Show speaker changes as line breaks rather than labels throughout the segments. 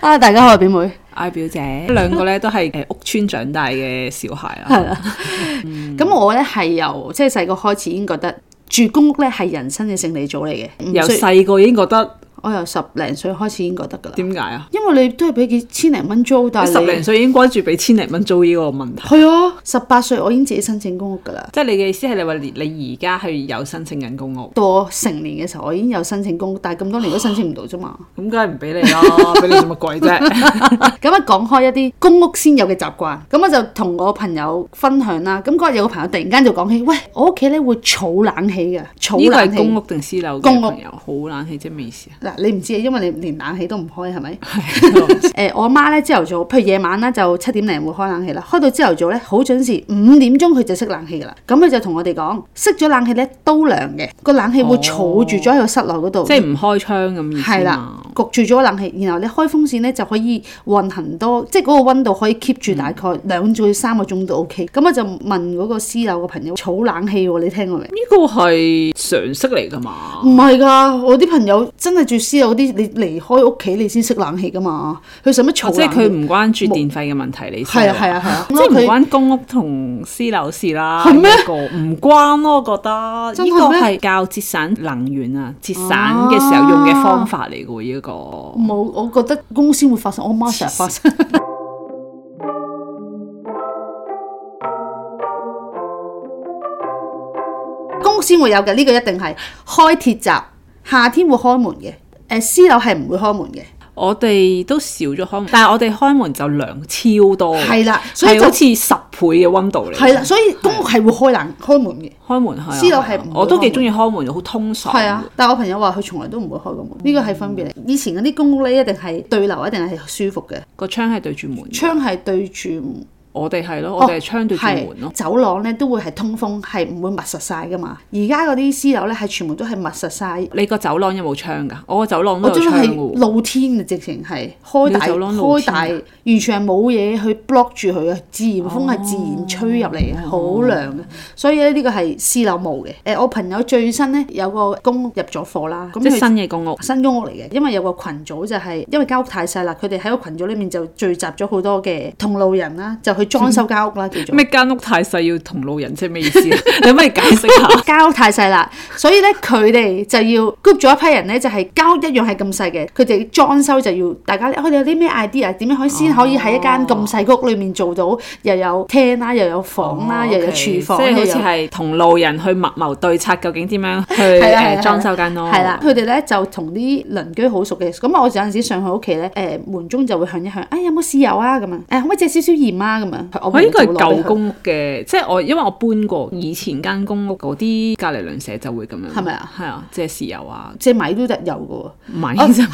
啊！大家好，我係表妹，
嗌表姐，兩個咧都係誒屋村長大嘅小孩
係
啊啦。
啊啦。
嗯
咁、我咧係由即係細個開始已經覺得住公屋咧係人生嘅勝利組嚟嘅。嗯
由
所以
細個已經覺得
我由十零歲開始已經覺得㗎啦，
點解啊？
因為你都係俾幾千零蚊租，但
你十
係
零
你
歲已經關注俾千零蚊租呢個問題，
係啊，十八歲我已經自己申請公屋㗎啦。
即係你嘅意思係你話你你而家係有申請緊公屋，
到我成年嘅時候，我已經有申請公屋，但係咁多年都申請唔到啫嘛。
咁梗係唔俾你啦， 俾你做乜鬼啫？
咁啊，講開一啲公屋先有嘅習慣，咁我就同我朋友分享啦。咁嗰日有個朋友突然間就講起，喂，我屋企咧會儲冷氣嘅，
呢
儲
個係
冷
公
氣。
屋定私樓嘅
公屋
朋友，好冷氣即係咩意思啊？
嗱，你唔知啊，因為你連冷氣都唔開，係 咪？ 誒、我阿媽咧朝頭早，譬如夜晚咧就七點零會開冷氣啦，開到朝頭早咧好準時五點鐘佢就熄冷氣噶啦。咁佢就同我哋講，熄咗冷氣咧都涼嘅，個冷氣會儲住咗喺個室內嗰度。
哦即係啊唔開窗咁意
係
思
啦
嘛？，
焗住咗冷氣，然後你開風扇咧就可以運行多，即係嗰個温度可以 keep
嗯
住大概兩至三個鐘都 OK。咁我就問嗰個私樓嘅朋友，儲冷氣喎，你聽過未？
呢個係常識嚟㗎嘛？
唔係㗎，我啲朋友真係住私樓嗰啲，你離開屋企你先熄冷氣㗎嘛，佢使乜
哦
儲
即係
冷
佢
氣？
唔關注電費嘅問題，你
係啊
先
係啊係啊，
即係唔
佢
關公屋同私樓事啦，
係咩
呢個唔關咯，我覺得
真
呢
係
個
咩
係較節省能源啊，節省嘅時候用嘅方法嚟嘅喎，呢個
冇，我覺得公司會發生，我媽成日發生。 公司會有嘅，呢、個一定係開鐵閘，夏天會開門嘅。誒、私樓係唔會開門嘅，
我哋都少咗開門，但係我哋開門就涼超多嘅，
係啦，所以
係
就
好似十倍嘅温度嚟。
係啦，所以公屋係會開冷開門嘅，
開門係啊
私樓係
係啊
唔會
我都
開
幾
門
中意開門，好通爽。
係啊。但係我朋友話佢從來都唔會開個門，
嗯
呢個係分別嚟。以前嗰啲公屋咧，一定係對流，一定係舒服嘅，
個窗係對住門嘅，
窗係對住
我哋係咯，我哋係窗對住
哦係
門咯。
走廊咧都會係通風，係唔會密實晒噶嘛。而家嗰啲私樓咧係全部都係密實晒，
你個走廊有冇窗㗎？我個走廊
我
都有
真
窗嘅
係
喎。
露天嘅，直情係開大
你走廊露
開
天
大，
啊
完全係冇嘢去 block 住佢嘅，自然風
哦
係自然吹入嚟嘅，好涼嘅。所以咧呢個係私樓冇嘅。誒、我朋友最新咧有個公屋入咗貨啦，咁
即係
佢
新嘅公屋，
新公屋嚟嘅，因為有個群組就係、因為間屋太細啦，佢哋喺個群組裏面就聚集咗好多嘅同路人啦，就去裝修間屋啦，叫做。
咩間屋太細要同路人，即係咩意思 啊？你可唔可以解釋下？
交太細啦，所以咧佢哋就要 group 咗一批人咧，就係、交一樣係咁細嘅，佢哋裝修就要大家咧，哦我哋有啲咩 idea，點樣可以
哦
先可以喺一間咁細嘅屋裏面做到，又有廳啦，又有房啦，
哦
又有
OK，
廚房，
即係
又
好
有
似係同路人去密謀對策，究竟點樣去
係啊啦係啦
誒裝修間屋？
係啦，佢哋咧就同啲鄰居好熟嘅，咁我有陣時上去屋企咧，誒、門鐘就會響一響，哎有冇豉油啊咁樣，誒、可唔可以借少少鹽啊咁樣，我
我應該係
會攞俾
舊
佢
公屋嘅，即係我因為我搬過以前間公屋嗰啲隔離鄰舍就會咁樣，
係咪啊？哦
係啊，即係豉油啊，
借米都得有嘅喎。
米啫，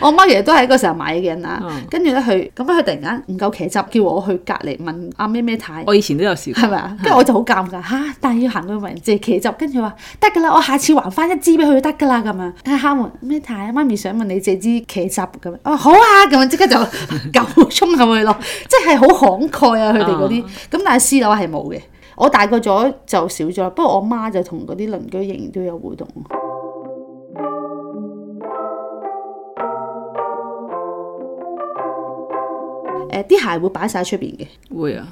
我媽其實都係嗰個時候買嘅人啦
嗯，
跟住咧佢咁樣佢突然間唔夠茄汁，叫我去隔離問阿咩咩太。
我以前都有試過
係。咪啊？跟住我就好尷尬吓，但係要行去問人借茄汁，跟住話得㗎啦，我下次還翻一支俾佢就得㗎啦咁樣。跟住敲門咩太，媽咪想問你借支茄汁咁樣。哦好啊，咁樣即刻就 狗衝入去咯，即係好慷慨啊！佢哋嗰
哦
啲咁，但係私樓係冇嘅。我大個咗就少咗，不過我媽就同嗰啲鄰居仍然都有互動。誒啲鞋會擺晒喺出邊嘅，
會啊，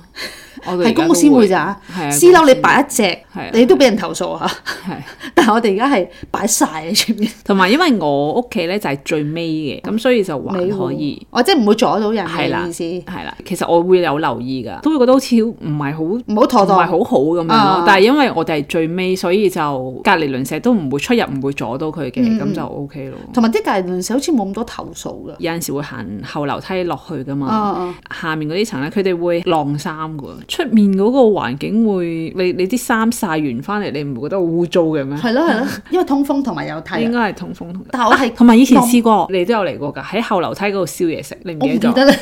我
係
哋而家都
公屋先會咋
係啊，
私樓你擺一隻
係啊，
你都俾人投訴嚇。
係。
但係我哋而家係擺晒喺出邊，
同埋因為我屋企咧就係最尾嘅，咁所以就還
尾
可
喎
以。
我即係唔會阻到人
係啦
嘅意思，
係啦，其實我會有留意㗎，都會覺得好似唔係好
唔好妥
唔係
當。
好好咁樣咯。
啊
但係因為我哋係最尾，所以就隔離鄰舍都唔會出入，唔會阻到
嗯
佢嘅，咁、就 O K 咯。
同埋啲隔離鄰舍好似冇咁多投訴㗎。
有陣時會行後樓梯落去噶
啊
嘛，
啊！
下面嗰啲層咧，佢哋會晾衫㗎。出面嗰個環境會，你你啲衫晒完翻嚟，你唔會覺得好污糟嘅咩？
啊係咯啊係咯，因為通風同埋有太
嗯應
陽。
該係通風同。
但係 我係
同埋以前
晾
試過，你都有嚟過㗎，喺後樓梯嗰度燒嘢食，你唔
我唔記
記得咗？
得啦，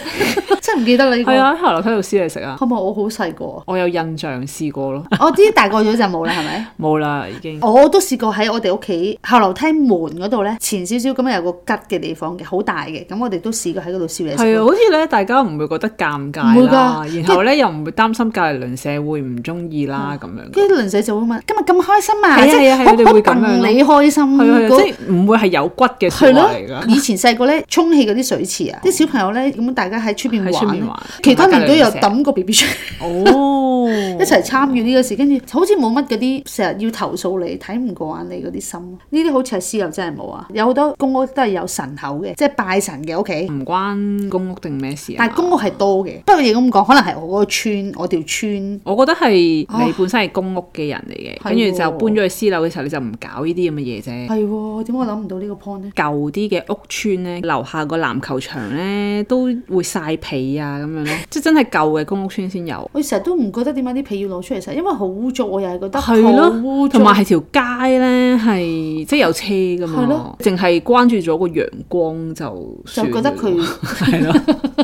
真係唔記得啦呢個。
係，啊，喺後樓梯度燒嘢食啊！
係咪我好細個啊？
我有印象試過咯，
我啲大個咗就冇啦，係咪？
冇啦已經。
我都試過喺我哋屋企後樓梯門嗰度咧，前少少咁有個吉嘅地方嘅，好大嘅。咁我哋都試過喺嗰度燒嘢食。
係啊，好似咧大家唔會覺得尷尬
唔會
啦，
㗎
然後咧又唔會擔心隔離鄰舍會唔中意
嗯
啦咁樣。
跟住鄰舍就會問：今日咁開心啊！
係啊
即
係啊係啊佢哋
好好
會咁樣
戥
咯
你開心
係啊係啊，
嗰
即係唔會係有骨
係
嘅説
咯
話嚟㗎，。
以前細個咧，充氣嗰啲水池啊，啲小朋友咧，咁大家喺出邊
喺出
玩
面
咧
玩，
其他人都有
大家
抌個 B B 出嚟，
哦，
一齊參與呢個事，跟住好似冇乜嗰啲成日要投訴你、睇唔過眼你嗰啲心。呢啲好似係私有真係冇啊，有好多公屋都係有神口嘅，即係拜神嘅屋企。
唔關公屋定咩事啊嘛？
但係公屋係多嘅，不過亦咁講，可能係我個村，我條村
我覺得係你本身係公屋嘅人嚟嘅，
哦係
跟住就
喎
搬咗去私樓嘅時候，你就唔搞呢啲咁嘅嘢啫。
係喎，點解我諗唔到呢個 point 呢？
舊啲嘅屋村咧，樓下個籃球場咧都會晒被啊咁樣咯，即係真係舊嘅公屋村先有。
我成日都唔覺得點解啲被要攞出嚟洗，因為好污糟，我又係覺得好
係
污
咯，
糟
同埋係條街咧係即係有車噶
係
嘛
咯，
淨係關注咗個陽光就
就
算
覺得
㗎
佢
啦係咯，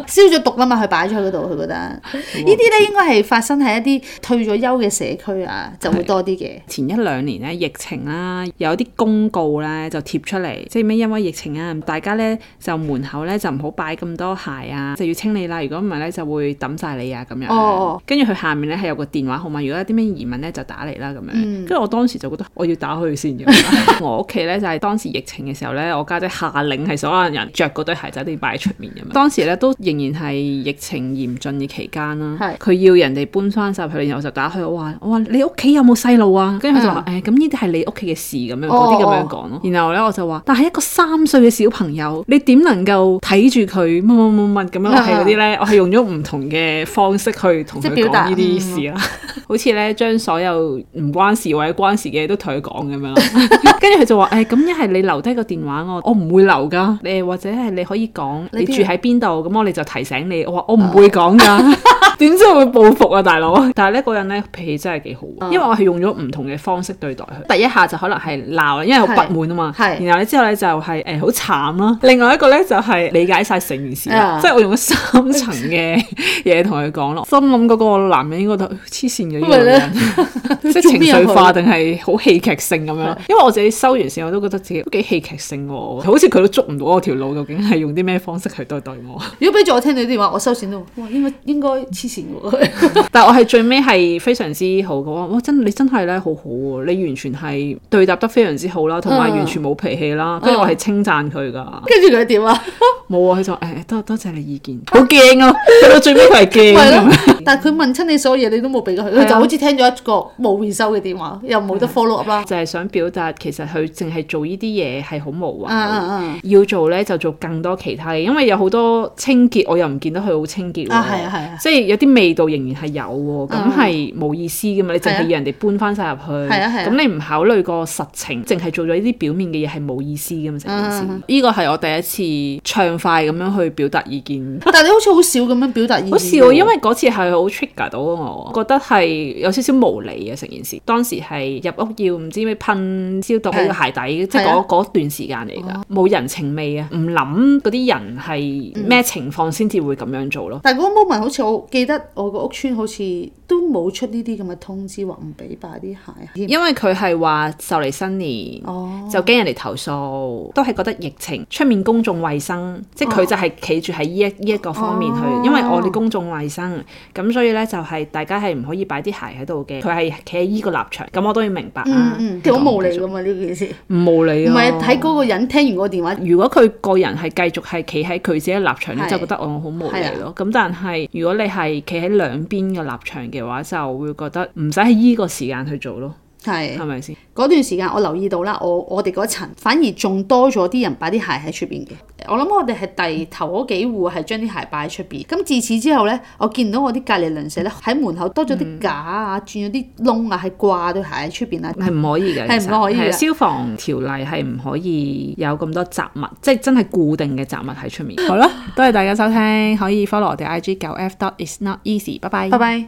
燒咗毒啦嘛，佢擺咗喺嗰度，佢覺得呢啲咧應該係發生喺一啲退咗休嘅社區啊，就會多啲嘅。
前一兩年咧疫情啦，有啲公告咧就貼出嚟，即係咩因為疫情啊，大家咧就門口咧就唔好擺咁多鞋啊，就要清理啦。如果唔係咧就會抌晒你啊咁樣。
哦
跟住佢下面咧係有個電話號碼，如果有啲咩疑問咧就打嚟啦咁樣。跟住、我當時就覺得我要打去先嘅。我屋企咧就係、當時疫情嘅時候咧，我家姐下令係所有人着嗰對鞋仔都要擺喺出面咁樣。當時咧都仍然係疫情嚴峻嘅期間啦。
係
佢要人哋搬翻晒入去，然後我就打去我話：我話你屋企有冇細路啊？跟住佢就話：誒咁呢啲係你屋企嘅事咁樣嗰啲咁樣講咯。然後咧我就話：但係一個三歲嘅小朋友，你點能夠睇住佢乜乜乜乜咁樣？我係嗰啲咧，我係用咗唔同嘅方式去同
即
佢
係表達
講呢啲事啊啦。嗯好似咧將所有唔關事或者關事嘅嘢都同佢講咁樣啦。 跟住佢就話：誒咁一係你留低個電話我，我唔會留㗎。誒或者係你可以講
你
你
邊
住喺邊度，咁我哋就提醒你。我話我唔會講㗎。 點知會報復啊，大佬！但係咧嗰人咧脾氣真係幾好喎，因為我係用咗唔同嘅方式對待佢。第一下就可能係鬧啦，因為我不滿啊嘛。
係係
然後咧之後咧就係誒好慘啦。另外一個咧就係理解晒成件事啦
啊，
即係我用咗三層 嘅嘢同佢講咯。心諗嗰個男人應該都黐線嘅呢個人， 即係
做
情
咩啊
緒化
佢
定係好戲劇性咁樣咯。因為我自己收完線我都覺得自己都幾戲劇性喎，好似佢都捉唔到我條路，究竟係用啲咩方式去對待我。
如果俾咗我聽到呢啲話，我收線都哇應該應該黐線喎。
但我係最尾係非常之好嘅哇！哇真你真係咧好好喎，你完全係對答得非常之好啦，同埋
嗯
完全冇脾氣啦。跟住我係稱讚佢噶，
跟住佢點啊？
冇啊！佢就誒多多謝你意 見，好驚咯！去到最尾 佢係啊驚
係
咁樣。
咯，但係佢問親你所有嘢，你都冇俾過佢，佢就好似聽咗一個冇回收嘅電話，又冇
嗯
得 follow up 啦。
就係想表達其實佢淨係做呢啲嘢係好無謂。
嗯嗯
要做咧就做更多其他嘅，因為有好多清潔，我又唔見得佢好清潔喎。
啊係啊係啊
即係有啲味道仍然係有喎，咁係冇意思噶嘛。你淨
係啊
係要人哋搬翻晒入去，
係啊係啊
咁你唔考慮個實情，淨係做咗呢啲表面嘅嘢係冇意思噶嘛。成件
嗯
事，呢個係我第一次暢快咁樣去表達意見。
嗯，但係你好似好少咁樣表達意見喎。
好笑喎，因為嗰次係好 trigger 到我，覺得係有少少無理嘅成件事。當時係入屋要唔知咩噴消毒喺個鞋底，即係哦
係啊
嗰嗰段時間嚟㗎，冇人情味啊！唔諗嗰啲人係咩情況先至會咁樣做咯。
但係嗰個 moment 好似我記得我個屋村好似都冇出呢啲咁嘅通知話唔俾擺啲鞋。啊
因為佢係話就嚟新年，
哦，
就驚人哋投訴，都係覺得疫情出面公眾衛生，即係佢就係企住喺呢一呢一個方面去，
哦
因為我哋公眾衛生，咁所以咧就係大家係唔可以擺啲鞋喺度嘅，佢係企喺呢個立場，咁我都要明白啊
嗯
啦。
嗯，其實好無理㗎嘛呢件事，
唔無理
唔
啊！嗯
係睇嗰個人聽完個電話。
如果佢個人係繼續係企喺佢自己嘅立場，
係
你就覺得我好無
係
理
啊
咯。咁但係如果你係企喺兩邊嘅立場嘅話，就會覺得唔使喺呢個時間去做咯，
係
係咪先？
嗰段時間，我留意到啦，我我哋嗰層反而仲多咗啲人擺啲鞋喺出邊嘅。我諗我哋係第頭嗰幾戶係將啲鞋擺喺出邊。咁自此之後呢，我見到我啲隔離鄰舍呢，喺門口多咗啲架啊，轉咗啲窿啊，係掛對鞋喺出邊啊。
係唔可以嘅，
係唔
其實
可以嘅
係啊消防條例係唔可以有咁多雜物，即係真係固定嘅雜物喺出面。好啦，多謝大家收聽，可以 follow 我哋 IG 九 F dot is not easy，拜拜
拜拜。